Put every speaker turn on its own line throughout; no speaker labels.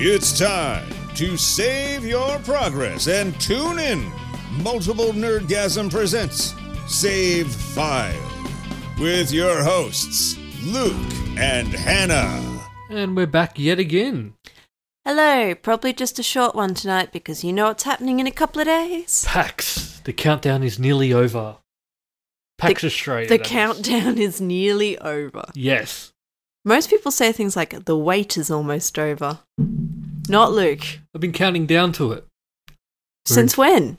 It's time to save your progress and tune in. Multiple Nerdgasm presents Save File with your hosts, Luke and Hannah.
And we're back yet again.
Hello, probably just a short one tonight because you know what's happening in a couple of days.
PAX, the countdown is nearly over. PAX
The-
Australia.
the
that is.
countdown is nearly over.
Yes.
Most people say things like, the wait is almost over. Not Luke.
I've been counting down to it
Since when?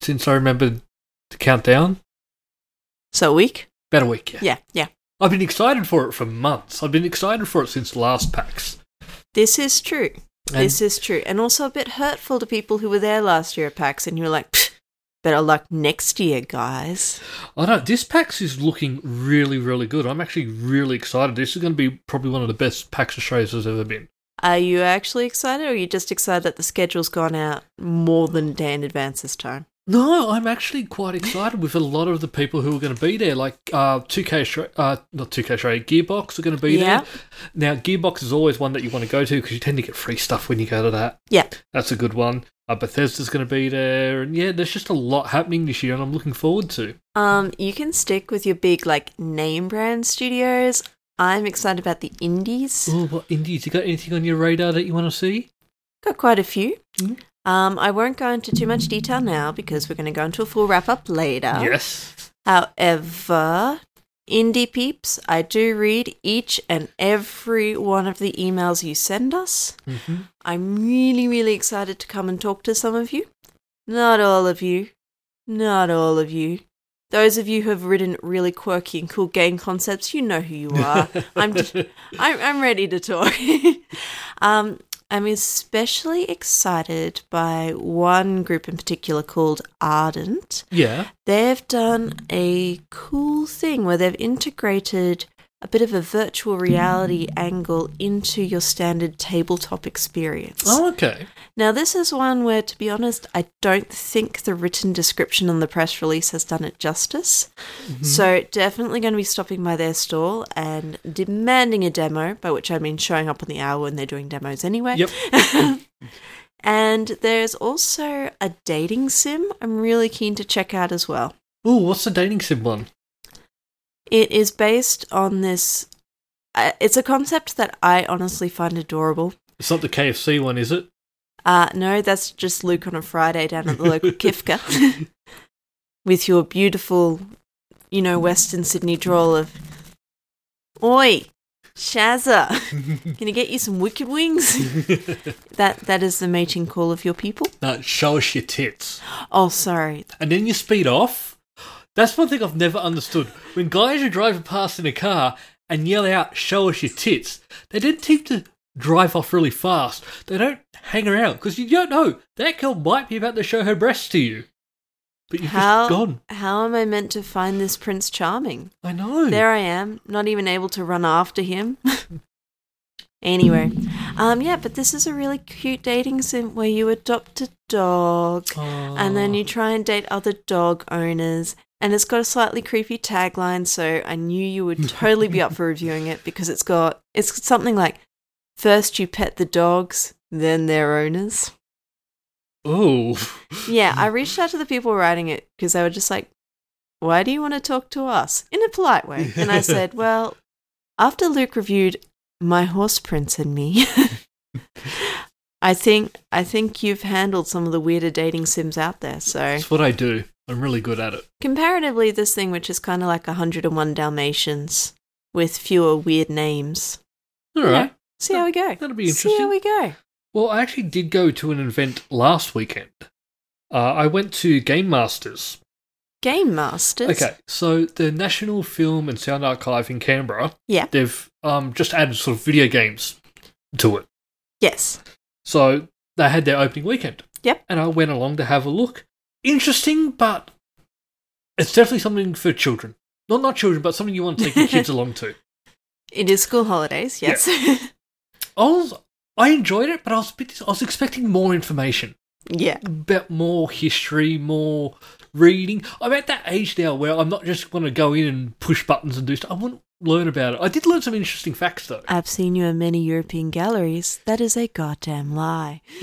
since I remembered the countdown.
So a week?
About a week, yeah.
Yeah, yeah.
I've been excited for it for months. I've been excited for it since last PAX.
This is true.
And
this is true. And also a bit hurtful to people who were there last year at PAX and you were like, "Pfft, better luck next year, guys.
I know this PAX is looking really, really good. I'm actually really excited. This is going to be probably one of the best PAX Australia's has ever been.
Are you actually excited or are you just excited that the schedule's gone out more than a day in advance this time?
No, I'm actually quite excited with a lot of the people who are going to be there. Like uh, 2K, Stra- uh, not 2K Australia, Gearbox are going to be
Yeah.
there. Now, Gearbox is always one that you want to go to because you tend to get free stuff when you go to that.
Yeah.
That's a good one. Uh, Bethesda's going to be there. And yeah, there's just a lot happening this year and I'm looking forward to.
Um, you can stick with your big like name brand studios. I'm excited about the indies.
Oh, what indies? You got anything on your radar that you want to see?
Got quite a few.
Mm.
Um, I won't go into too much detail now because we're going to go into a full wrap up later.
Yes.
However, indie peeps, I do read each and every one of the emails you send us.
hmm
I'm really, really excited to come and talk to some of you. Not all of you. Not all of you. Those of you who have written really quirky and cool game concepts, you know who you are. I'm just, I'm, I'm ready to talk. um, I'm especially excited by one group in particular called Ardent
Yeah.
they've done a cool thing where they've integrated a bit of a virtual reality angle into your standard tabletop experience.
Oh, okay.
Now, this is one where, to be honest, I don't think the written description on the press release has done it justice.
Mm-hmm.
So, definitely going to be stopping by their stall and demanding a demo, by which I mean showing up on the hour when they're doing demos anyway.
Yep.
and there's also a dating sim I'm really keen to check out as well.
Oh, what's the dating sim one?
It is based on this. Uh, it's a concept that I honestly find adorable.
It's not the KFC one, is it?
Uh, no, that's just Luke on a Friday down at the local Kifka with your beautiful, you know, Western Sydney drawl of, Oi, Shazza, can I get you some wicked wings? that That is the mating call of your people.
No, show us your tits.
Oh, sorry.
and then you speed off. That's one thing I've never understood. When guys are driving past in a car and yell out, show us your tits, they then seem to drive off really fast. They don't hang around because you don't know. That girl might be about to show her breasts to you. But you've
How,
just gone.
how am I meant to find this Prince Charming?
I know.
There I am, not even able to run after him. anyway, um, yeah, but this is a really cute dating sim where you adopt a dog
Oh.
and then you try and date other dog owners. And it's got a slightly creepy tagline, so I knew you would totally be up for reviewing it because it's got it's something like first you pet the dogs, then their owners.
Oh.
Yeah, I reached out to the people writing it because they were just like, why do you want to talk to us? In a polite way. And I said, well, after Luke reviewed My Horse Prince and Me, I think I think you've handled some of the weirder dating sims out there. So
That's what I do. I'm really good at it.
comparatively this thing which is kind of like 101 Dalmatians with fewer weird names.
All right.
See how we go.
That'll be
See
interesting.
how we go.
Well, I actually did go to an event last weekend. Uh, I went to Game Masters.
Game Masters.
Okay, so the National Film and Sound Archive in Canberra,
Yeah.
they've um, just added sort of video games to it.
Yes.
So they had their opening weekend.
Yep.
And I went along to have a look. Interesting, but it's definitely something for children. Not not children, but something you want to take your kids along to.
It is school holidays.
Yeah.
Yes.
I was I enjoyed it, but I was a bit, I was expecting more information.
Yeah.
bit more history, more reading. I'm at that age now where I'm not just going to go in and push buttons and do stuff. I want to learn about it. I did learn some interesting facts though.
I've seen you in many European galleries. That is a goddamn lie.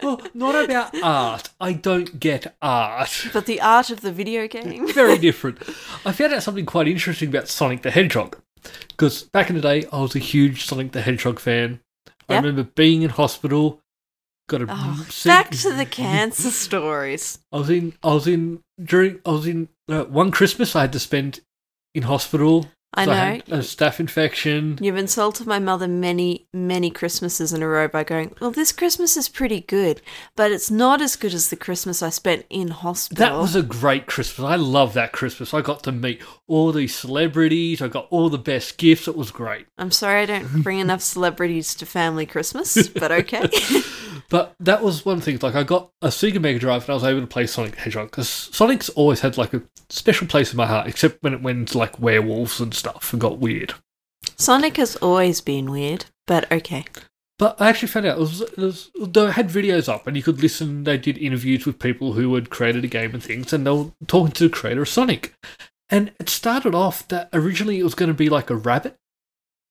Well, not about art. I don't get art.
But the art of the video game. Oh,
Very different. I found out something quite interesting about Sonic the Hedgehog. Because back in the day, I was a huge Sonic the Hedgehog fan. I
Yeah.
remember being in hospital, got a
Oh,
sick-
back to the cancer stories.
I was in. I was in during. I was in uh, one Christmas. I had to spend in hospital.
I
So
know.
had a staph infection.
You've insulted my mother many, many Christmases in a row by going, Well, this Christmas is pretty good, but it's not as good as the Christmas I spent in hospital.
That was a great Christmas. I love that Christmas. I got to meet all these celebrities. I got all the best gifts. It was great.
I'm sorry I don't bring enough celebrities to family Christmas, but okay.
But that was one thing. Like I got a Sega Mega Drive and I was able to play Sonic the Hedgehog because Sonic's always had like a special place in my heart, except when it went into like werewolves and stuff and got weird.
Sonic has always been weird, but okay.
But I actually found out it was, it was they had videos up and you could listen. They did interviews with people who had created a game and things, and they were talking to the creator of Sonic. And it started off that originally it was going to be like a rabbit,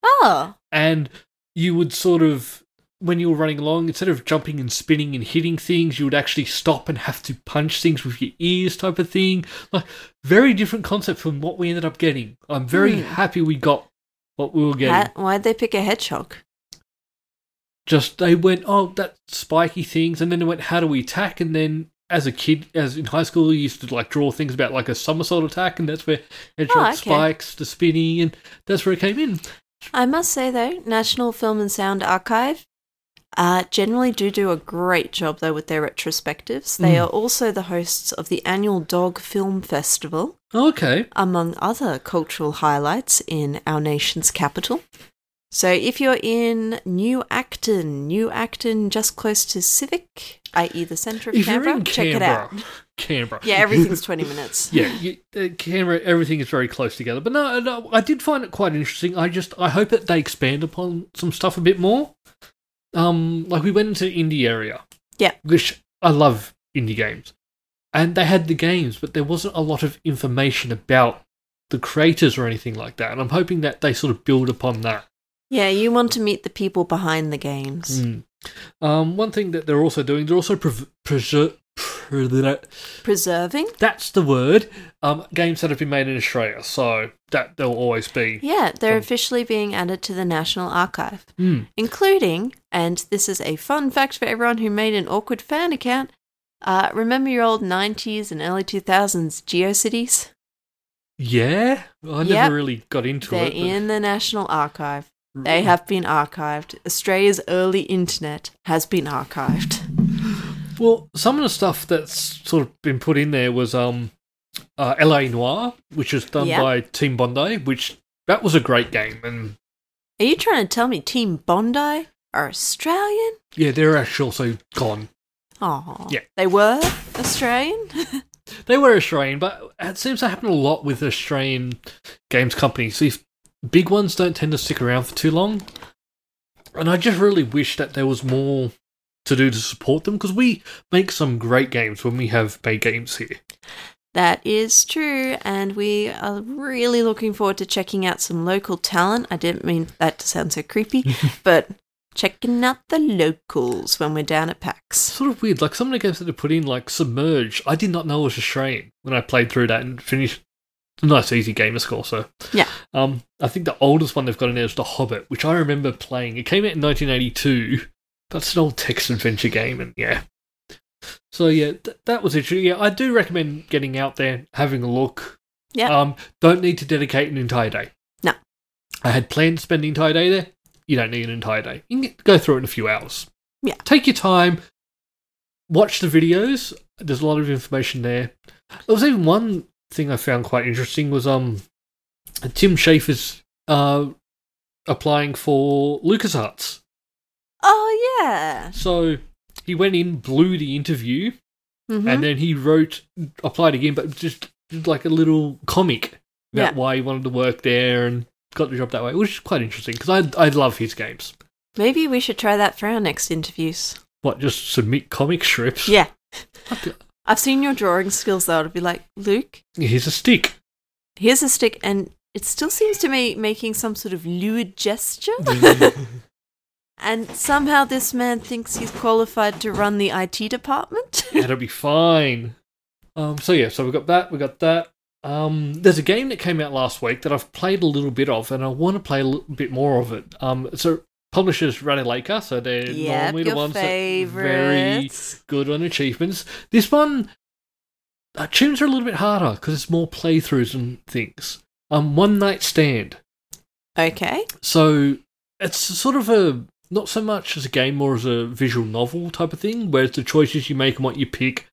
Oh,
and you would sort of when you were running along, instead of jumping and spinning and hitting things, you would actually stop and have to punch things with your ears, type of thing. Like very different concept from what we ended up getting. I'm very
Hmm.
happy we got what we were getting.
that- why'd they pick a hedgehog?
just they went oh that spiky things and then they went how do we attack and then as a kid as in high school you used to like draw things about like a somersault attack and that's where hedgehog
Oh, okay.
spikes the spinning and that's where it came in
I must say though, National Film and Sound Archive uh, generally do do a great job though with their retrospectives. They
Mm.
are also the hosts of the annual Dog Film Festival,
Oh, okay
among other cultural highlights in our nation's capital. So if you're in New Acton, New Acton, just close to Civic, i.e., the centre of
if
Canberra,
you're in
check it
canberra
out.
canberra
Yeah, everything's 20 minutes.
yeah you, uh, canberra everything is very close together but no, no i did find it quite interesting i just i hope that they expand upon some stuff a bit more um like we went into the indie area
Yeah.
which i love indie games and they had the games but there wasn't a lot of information about the creators or anything like that and i'm hoping that they sort of build upon that
Yeah, you want to meet the people behind the games.
Mm. um one thing that they're also doing they're also preserve
Preserving?
that's the word um games that have been made in australia so that they'll always be
Yeah, they're
Um,
officially being added to the National Archive.
Hmm.
including, and this is a fun fact for everyone who made an awkward fan account. Uh, remember your old 90s and early 2000s GeoCities?
Yeah, I never
Yep.
really got into
They're
it. but-
in the National Archive. They have been archived. Australia's early internet has been archived.
Well, some of the stuff that's sort of been put in there was um, uh, La Noir, which was done
Yep.
by Team Bondi, which that was a great game, and
Are you trying to tell me Team Bondi are Australian?
yeah, they're actually also gone.
Oh,
Yeah.
they were Australian.
They were Australian, but it seems to happen a lot with Australian games companies. These big ones don't tend to stick around for too long, and I just really wish that there was more to do to support them because we make some great games when we have big games here.
That is true, and we are really looking forward to checking out some local talent. I didn't mean that to sound so creepy, but checking out the locals when we're down at PAX.
sort of weird. Like some of the games that they put in, like Submerge, I did not know was Australian when I played through that and finished. It's a nice, easy gamer score. So
Yeah.
um, I think the oldest one they've got in there is The Hobbit, which I remember playing. It came out in 1982. That's an old text adventure game, and yeah. So yeah, th- that was it. Yeah, I do recommend getting out there, having a look.
Yeah.
Um, don't need to dedicate an entire day.
No.
I had planned to spend the entire day there. You don't need an entire day. You can get- go through it in a few hours.
Yeah.
Take your time. Watch the videos. There's a lot of information there. There was even one thing I found quite interesting was um Tim Schafer's uh applying for LucasArts.
Oh, yeah.
So he went in, blew the interview,
hmm
and then he wrote applied again, but just did like a little comic about
Yeah.
why he wanted to work there and got the job that way, which is quite interesting because I I love his games.
Maybe we should try that for our next interviews.
What, just submit comic strips?
Yeah.
What the-
I've seen your drawing skills though. It'll be like, Luke,
Here's a stick.
here's a stick, and it still seems to me making some sort of lewd gesture. and somehow this man thinks he's qualified to run the IT department.
That'll be fine. Um, so yeah, so we got that, we got that. Um, there's a game that came out last week that I've played a little bit of, and I want to play a little bit more of it. Um, so publishers Rally Laker, so they're
yep,
normally the
your
ones that
favorites.
very good on achievements. This one, uh, tunes are a little bit harder because it's more playthroughs and things. Um, One Night Stand.
Okay.
So it's sort of a not so much as a game, more as a visual novel type of thing, whereas the choices you make and what you pick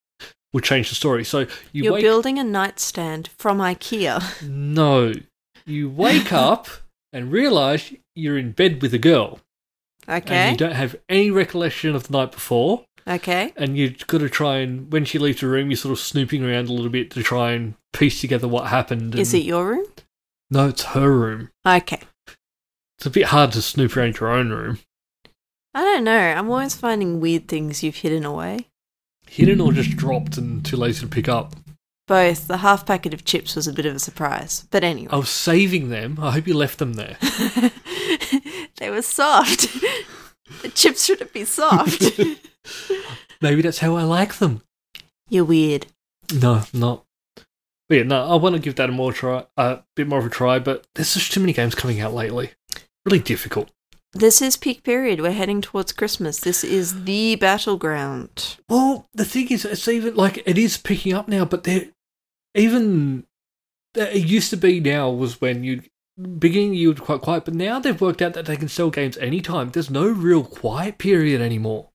will change the story. So you
You are
wake
building a nightstand from IKEA.
no, you wake up and realize you're in bed with a girl, and
Okay.
you don't have any recollection of the night before,
Okay.
and you've got to try and when she leaves the room, you're sort of snooping around a little bit to try and piece together what happened. And,
Is it your room?
No, it's her room.
Okay.
It's a bit hard to snoop around your own room.
I don't know. I'm always finding weird things you've hidden away.
Hidden or
Mm.
just dropped and too lazy to pick up.
Both the half packet of chips was a bit of a surprise, but
I
anyway,
was saving them. I hope you left them there.
they were soft. the chips shouldn't be soft.
Maybe that's how I like them.
You're weird.
No, not. But yeah, no, I want to give that a more try, a bit more of a try. But there's just too many games coming out lately. Really difficult.
This is peak period. We're heading towards Christmas. This is the battleground.
Well, the thing is, it's even like it is picking up now, but they're even that it used to be now was when you beginning you were quite quiet, but now they've worked out that they can sell games anytime. There's no real quiet period anymore.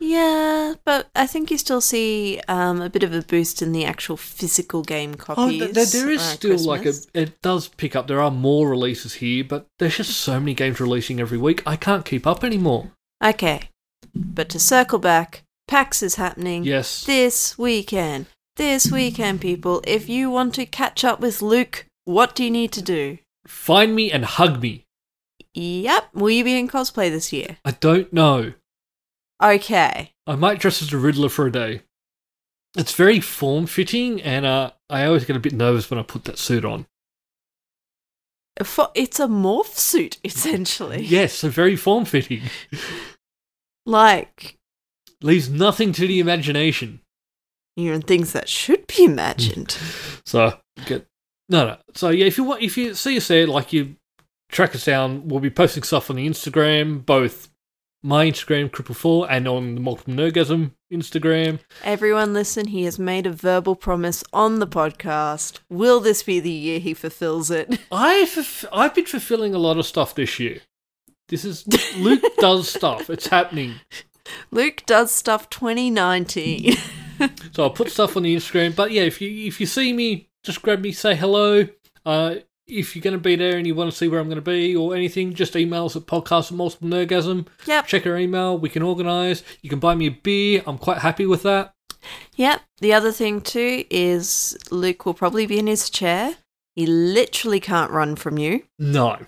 Yeah, but I think you still see um, a bit of a boost in the actual physical game copies.
Oh, th- th- there is
around
still like a.
Christmas.
It does pick up. There are more releases here, but there's just so many games releasing every week. I can't keep up anymore.
Okay, but to circle back, PAX is happening.
Yes.
this weekend. This weekend, people, if you want to catch up with Luke, what do you need to do?
Find me and hug me.
Yep, will you be in cosplay this year?
I don't know.
Okay.
I might dress as a Riddler for a day. It's very form fitting, and uh, I always get a bit nervous when I put that suit on.
For, it's a morph suit, essentially.
Yes, so very form fitting.
Like,
Leaves nothing to the imagination.
you're in things that should be imagined.
So get no, no. So yeah, if you want, if you see us there, like you track us down, we'll be posting stuff on the Instagram, both my Instagram, Cripple Four, and on the Multiple Nergasm Instagram.
Everyone, listen, he has made a verbal promise on the podcast. Will this be the year he fulfills it?
I fulf- I've been fulfilling a lot of stuff this year. This is Luke does stuff. It's happening.
Luke does stuff 2019.
So I'll put stuff on the Instagram. But yeah, if you if you see me, just grab me, say hello. Uh, if you're going to be there and you want to see where I'm going to be or anything, just email us at podcast at multiple nergasm.
yep.
check our email. We can organise. You can buy me a beer. I'm quite happy with that.
Yep. The other thing too is Luke will probably be in his chair. He literally can't run from you.
No.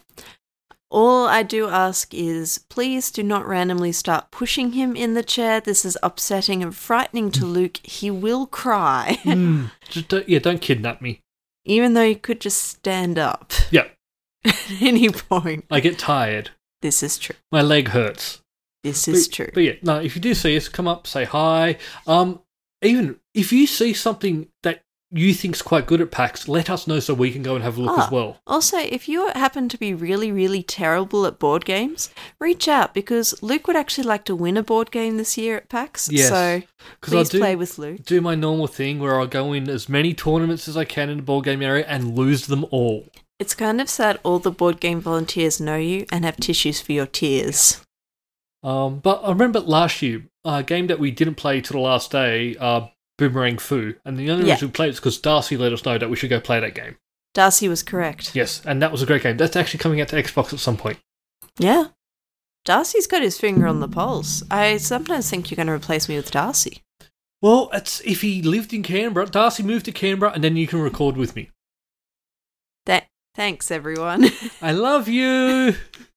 All I do ask is please do not randomly start pushing him in the chair. This is upsetting and frightening to Luke. He will cry,
Mm. Just don't, yeah, don't kidnap me.
even though he could just stand up
Yeah,
at any point.
I get tired.
This is true.
My leg hurts.
This is
but,
true.
But yeah, no. If you do see us, come up, say hi. Um, even if you see something that you think's quite good at PAX, let us know so we can go and have a look
Ah,
as well.
Also, if you happen to be really, really terrible at board games, reach out because Luke would actually like to win a board game this year at PAX.
Yes,
so
'Cause I
please
do-
play with Luke.
Do my normal thing where I'll go in as many tournaments as I can in the board game area and lose them all.
It's kind of sad all the board game volunteers know you and have tissues for your tears.
Um, but I remember last year, a game that we didn't play till the last day, uh, Boomerang Foo. And the only
Yeah.
reason we played it is because Darcy let us know that we should go play that game.
Darcy was correct.
Yes, and that was a great game. That's actually coming out to Xbox at some point.
Yeah. Darcy's got his finger on the pulse. I sometimes think you're going to replace me with Darcy.
Well, it's if he lived in Canberra, Darcy moved to Canberra, and then you can record with me.
That thanks everyone.
I love you.